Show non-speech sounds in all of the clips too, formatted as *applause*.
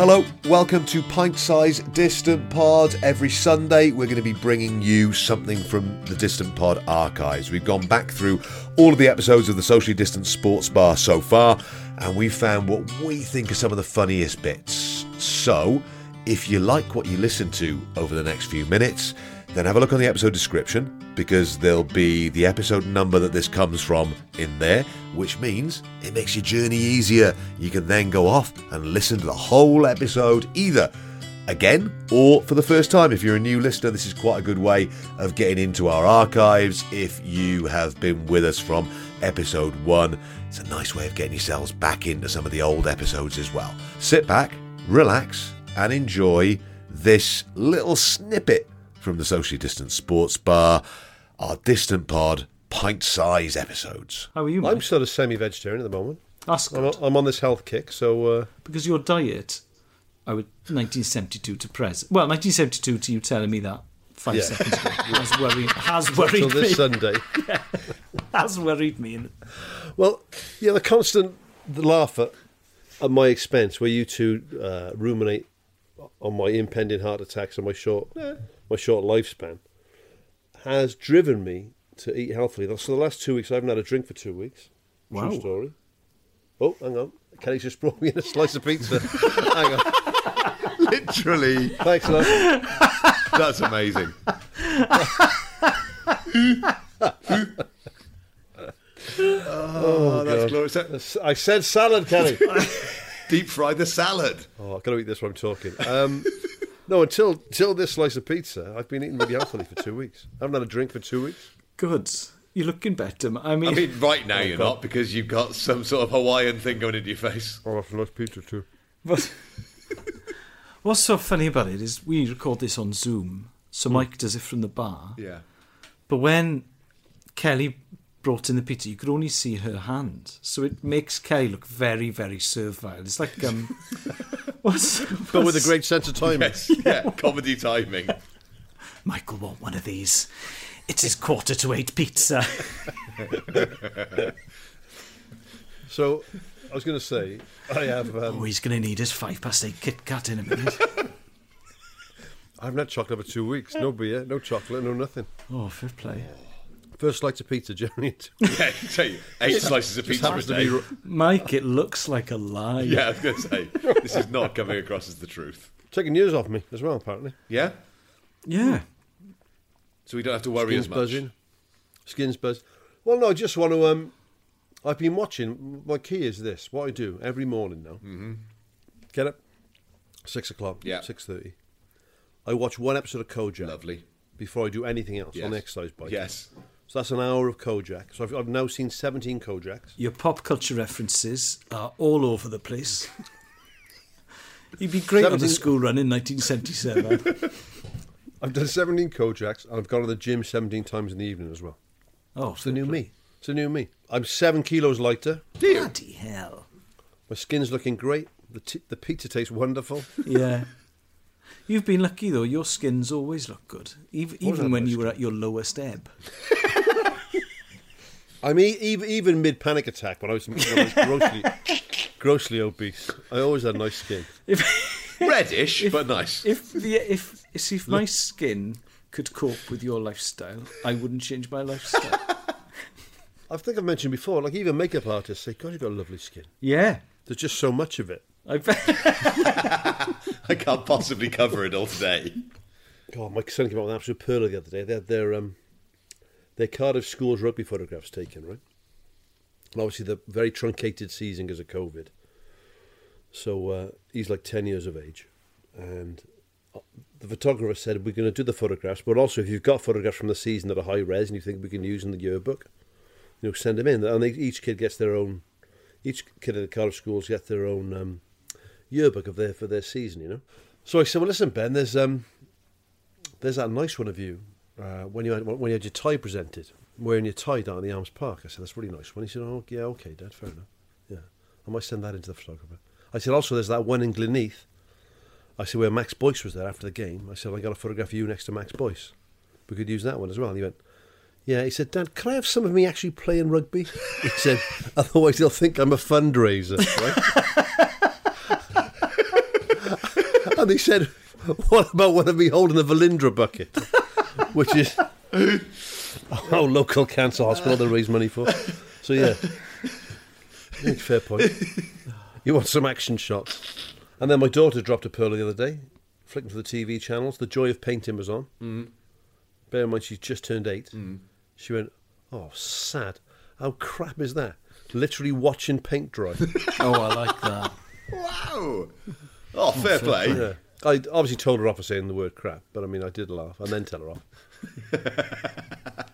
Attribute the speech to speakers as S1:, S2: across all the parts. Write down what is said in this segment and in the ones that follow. S1: Hello, welcome to Pint Size Distant Pod. Every Sunday, we're going to be bringing you something from the Distant Pod archives. We've gone back through all of the episodes of the Socially Distant Sports Bar so far, and we found what we think are some of the funniest bits. So, if you like what you listen to over the next few minutes, then have a look on the episode description because there'll be the episode number that this comes from in there, which means it makes your journey easier. You can then go off and listen to the whole episode either again or for the first time. If you're a new listener, this is quite a good way of getting into our archives. If you have been with us from episode one, it's a nice way of getting yourselves back into some of the old episodes as well. Sit back, relax, and enjoy this little snippet from the socially distant sports bar, our distant pod pint size episodes.
S2: How are you,
S3: I'm
S2: mate?
S3: sort of semi-vegetarian at the moment.
S2: That's
S3: I'm,
S2: good.
S3: I'm on this health kick, so uh,
S2: Because your diet, I would 1972 to present. Well, 1972 to you telling me that five
S3: Yeah.
S2: seconds
S3: *laughs*
S2: ago has worried, has worried
S1: *laughs*
S3: till
S2: me.
S3: this uh, Sunday.
S2: Has worried me. And
S3: Well, yeah, the constant laugh at, at my expense, where you two uh, ruminate on my impending heart attacks and my short my short lifespan, has driven me to eat healthily. So the last two weeks, I haven't had a drink for two weeks.
S2: Wow.
S3: True story. Oh, hang on. Kelly's just brought me in a slice of pizza. hang on.
S1: Literally,
S3: Thanks, love.
S1: that's amazing. oh, that's glorious. That-
S3: I said
S4: *laughs*
S3: salad, Kelly.
S1: Deep fry the salad.
S3: Oh, I've got to eat this while I'm talking. Um, no, until till this slice of pizza, I've been eating really healthily for two weeks. I haven't had a drink for two weeks.
S2: good. You're looking better. ma- I mean,
S4: I mean, right now you're not because you've got some sort of Hawaiian thing going into your face.
S3: Oh, that's a nice pizza too.
S2: but what's so funny about it is we record this on Zoom,
S3: Hmm.
S2: so Mike does it from the bar.
S4: Yeah.
S2: But when Kelly brought in the pizza, you could only see her hand, so it makes Kelly look very, very servile. It's like um, *laughs* what's
S3: But with a great sense of timing.
S4: Yes. Yeah. Comedy timing.
S2: Michael want one of these. It's his quarter to eight pizza. *laughs*
S3: So, I was going to say, I have
S2: Oh,
S3: um,
S2: he's going to need his five past eight Kit Kat in a minute.
S3: I haven't had chocolate for two weeks. No beer, no chocolate, no nothing.
S2: *laughs* Oh, fair play.
S3: First slice of pizza, generally.
S4: *laughs*
S3: *laughs*
S4: Yeah. I Tell you, eight slices of pizza a
S3: happens to
S4: day.
S3: be-
S2: Mike, it looks like a lie.
S4: *laughs* Yeah, I was going to say this is not coming across as the truth.
S3: Taking years off me as well, apparently.
S4: Yeah.
S2: Yeah.
S4: So we don't have to worry
S3: Skin's
S4: as much.
S3: buzzing. Skin's buzzed. Well, no, I just want to. Um, I've been watching. My key is this: what I do every morning now. Mm-hmm. Get up, six o'clock.
S4: Yeah.
S3: six thirty. I watch one episode of Kojak
S4: Lovely.
S3: before I do anything else on
S4: Yes.
S3: the exercise bike.
S4: Yes.
S3: So that's an hour of Kojak. So I've, I've now seen seventeen Kojaks.
S2: Your pop culture references are all over the place. *laughs* You'd be great on the
S3: Seventeen-
S2: school run in 1977.
S3: *laughs* I've done seventeen Kojaks, and I've gone to the gym seventeen times in the evening as well.
S2: oh,
S3: It's the new me. It's the new me. I'm seven kilos lighter.
S2: bloody hell.
S3: My skin's looking great. The, t- the pizza tastes wonderful.
S2: Yeah. You've been lucky, though. Your skin's always looked good, even, even when you were at your lowest ebb.
S3: I mean, e-, even, even mid panic attack when I was, when I was grossly, grossly obese, I always had nice skin.
S2: *laughs*
S4: Reddish, but nice.
S2: if the if you see, if my skin could cope with your lifestyle, I wouldn't change my lifestyle.
S3: I think I've mentioned before, like even makeup artists say, "God, you've got lovely skin."
S2: *laughs* yeah,
S3: There's just so much of it.
S2: I bet.
S4: I can't possibly cover it all today.
S3: God, my son came out with an absolute pearl the other day. They had their um, their Cardiff schools rugby photographs taken, right? And obviously the very truncated season because of COVID. So uh, he's like ten years of age, and the photographer said, We're going to do the photographs, but also if you've got photographs from the season that are high res and you think we can use in the yearbook, you know, send them in. And they, each kid gets their own, each kid at the Cardiff schools get their own um, yearbook of their for their season, you know. So I said, Well, listen, Ben, there's um, there's that nice one of you uh, when you had when you had your tie presented, wearing your tie down at the Arms Park. I said that's a really nice one. He said, "Oh yeah, okay, Dad, fair enough. Yeah, I might send that into the photographer." I said, "Also, there's that one in Gleneath." I said, "Where Max Boyce was there after the game." I said, "I got a photograph of you next to Max Boyce. We could use that one as well." And he went. Yeah, he said, Dad, can I have some of me actually playing rugby? *laughs* He said, otherwise they'll think I'm a fundraiser, right? *laughs* and he said, what about one of me holding the Valindra bucket? *laughs* which is our local cancer hospital they raise money for. So yeah, Yeah, fair point. You want some action shots, and then my daughter dropped a pearl the other day, flicking through the TV channels. The joy of painting was on. Mm. Bear in mind she's just turned eight. She went, "Oh, sad. How crap is that? Literally watching paint dry."
S2: *laughs* Oh, I like that.
S4: Wow. Oh, fair play.
S3: yeah. I obviously told her off for saying the word crap, but I mean, I did laugh and then tell her off.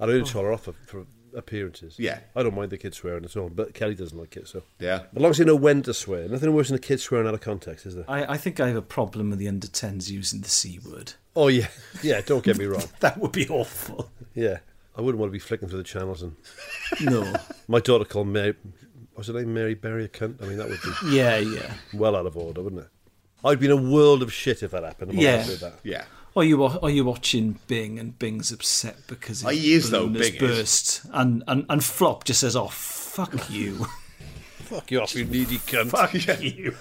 S3: I don't tell her off for, for appearances.
S4: Yeah.
S3: I don't mind the kids swearing at all, but Kelly doesn't like it, so.
S4: Yeah.
S3: As long as you know when to swear. Nothing worse than a kid swearing out of context, is there?
S2: I, I think I have a problem with the under 10s using the C word.
S3: Oh, yeah. *laughs* Yeah, don't get me wrong.
S2: That would be awful.
S3: Yeah. I wouldn't want to be flicking through the channels and.
S2: No.
S3: My daughter called Mary. What's her name? Mary Berry a cunt? I mean, that would be
S2: *laughs* Yeah, yeah.
S3: well out of order, wouldn't it? I'd be in a world of shit if that happened. I'm not
S2: Yeah.
S3: happy with that.
S4: Yeah.
S2: Are you wa- are you watching Bing and Bing's upset because his
S4: He is, though,
S2: balloon has
S4: Bing is.
S2: burst and, and and Flop just says, "Oh fuck you,
S3: Fuck you off, you needy cunt.
S4: *laughs* yeah.
S2: you,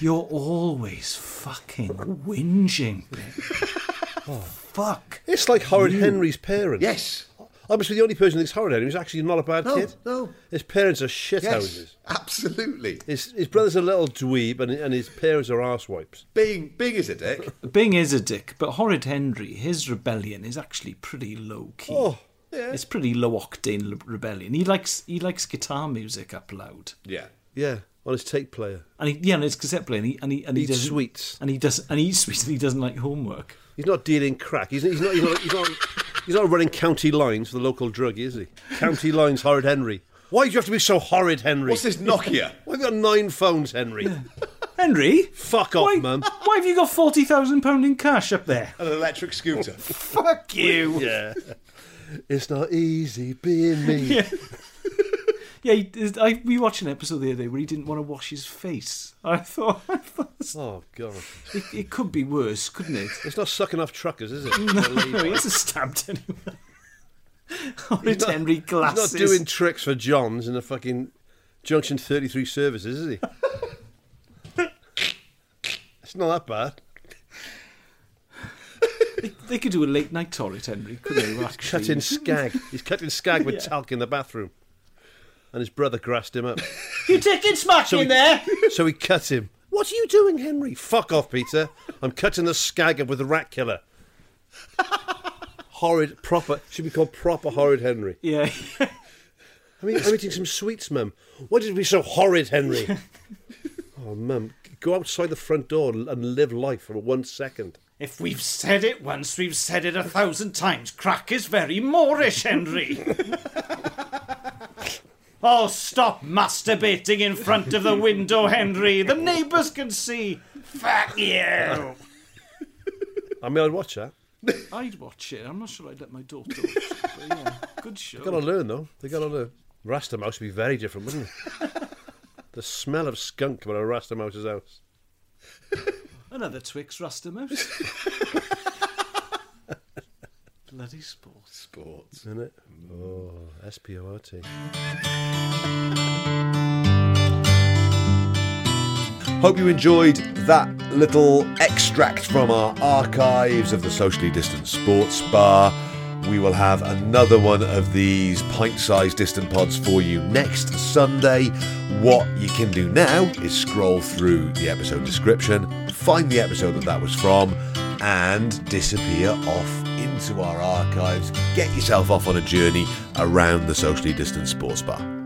S2: you're always fucking whinging." Bing. fuck.
S3: It's like Horrid Henry's parents.
S4: Yes.
S3: I must be the only person who thinks Horrid Henry is actually not a bad
S4: No,
S3: kid.
S4: no.
S3: His parents are shit
S4: Yes.
S3: houses.
S4: Absolutely.
S3: His, his brother's a little dweeb and, and his parents are arsewipes.
S4: Being big as a dick.
S2: Bing is a dick, but Horrid Henry, his rebellion is actually pretty low key.
S3: Oh,
S2: It's pretty low octane le- rebellion. He likes he likes guitar music up loud,
S4: *laughs* Yeah.
S3: yeah, on his tape player.
S2: and he yeah, and it's cassette player, and he and he, and he
S3: Eats
S2: doesn't-
S3: sweets.
S2: and he doesn't and he eats sweets, and he doesn't like homework.
S3: He's not dealing crack. He's, he's, not, he's, not, he's, not, he's not running county lines for the local drug, is he? County lines, Horrid Henry. Why do you have to be so horrid, Henry?
S4: What's this Nokia?
S3: Why have you got nine phones, Henry?
S2: Henry,
S3: Fuck off,
S2: why,
S3: mum. Uh,
S2: Why have you got forty thousand pound in cash up there?
S4: *laughs* An electric scooter.
S2: Fuck *laughs* you. Yeah,
S3: It's not easy
S4: *laughs*
S3: being me.
S2: *laughs* he, I, we watched an episode the other day where he didn't want to wash his face. I thought, I thought it,
S3: Oh, God.
S2: it could be worse, couldn't it?
S3: It's not sucking off
S4: *laughs*
S3: truckers, is it?
S2: No, he hasn't stabbed anyone. *laughs* Horrid
S3: not-
S2: Henry glasses.
S3: He's not doing tricks for Johns in the fucking Junction 33 services, is he? it's not that bad.
S2: They could do a late night torrid Henry, could they?
S3: *laughs*
S2: who
S3: Cut
S2: Actually,
S3: in skag. He's cutting skag with talc in the bathroom. And his brother grassed him up.
S2: you taking smack in there?
S3: so he cut him. What are you doing, Henry? Fuck off, Peter. I'm cutting the skag up with the rat killer. horrid, proper, should be called proper horrid Henry.
S2: Yeah,
S3: I mean, I'm eating some sweets, mum. Why did it be so horrid, Henry? oh, mum, go outside the front door and live life for one second.
S2: If we've said it once, we've said it a thousand times. Crack is very Moorish, Henry. *laughs* oh, stop masturbating in front of the window, Henry. The neighbours can see. Fuck you.
S3: I mean, I'd watch that.
S2: *laughs* I'd watch it. I'm not sure I'd let my daughter watch it, but yeah, good
S3: Got to
S2: show.
S3: learn though. They got to learn. Rasta mouse would be very different, wouldn't it? the smell of skunk when a Rasta mouse's house.
S2: Another Twix Rastamouse. Bloody sports.
S4: Sports.
S3: Isn't it? Oh, S P O R T.
S1: Hope you enjoyed that little extract from our archives of the socially distant sports bar. We will have another one of these pint sized distant pods for you next Sunday. What you can do now is scroll through the episode description, find the episode that that was from, and disappear off into our archives. Get yourself off on a journey around the socially distant sports bar.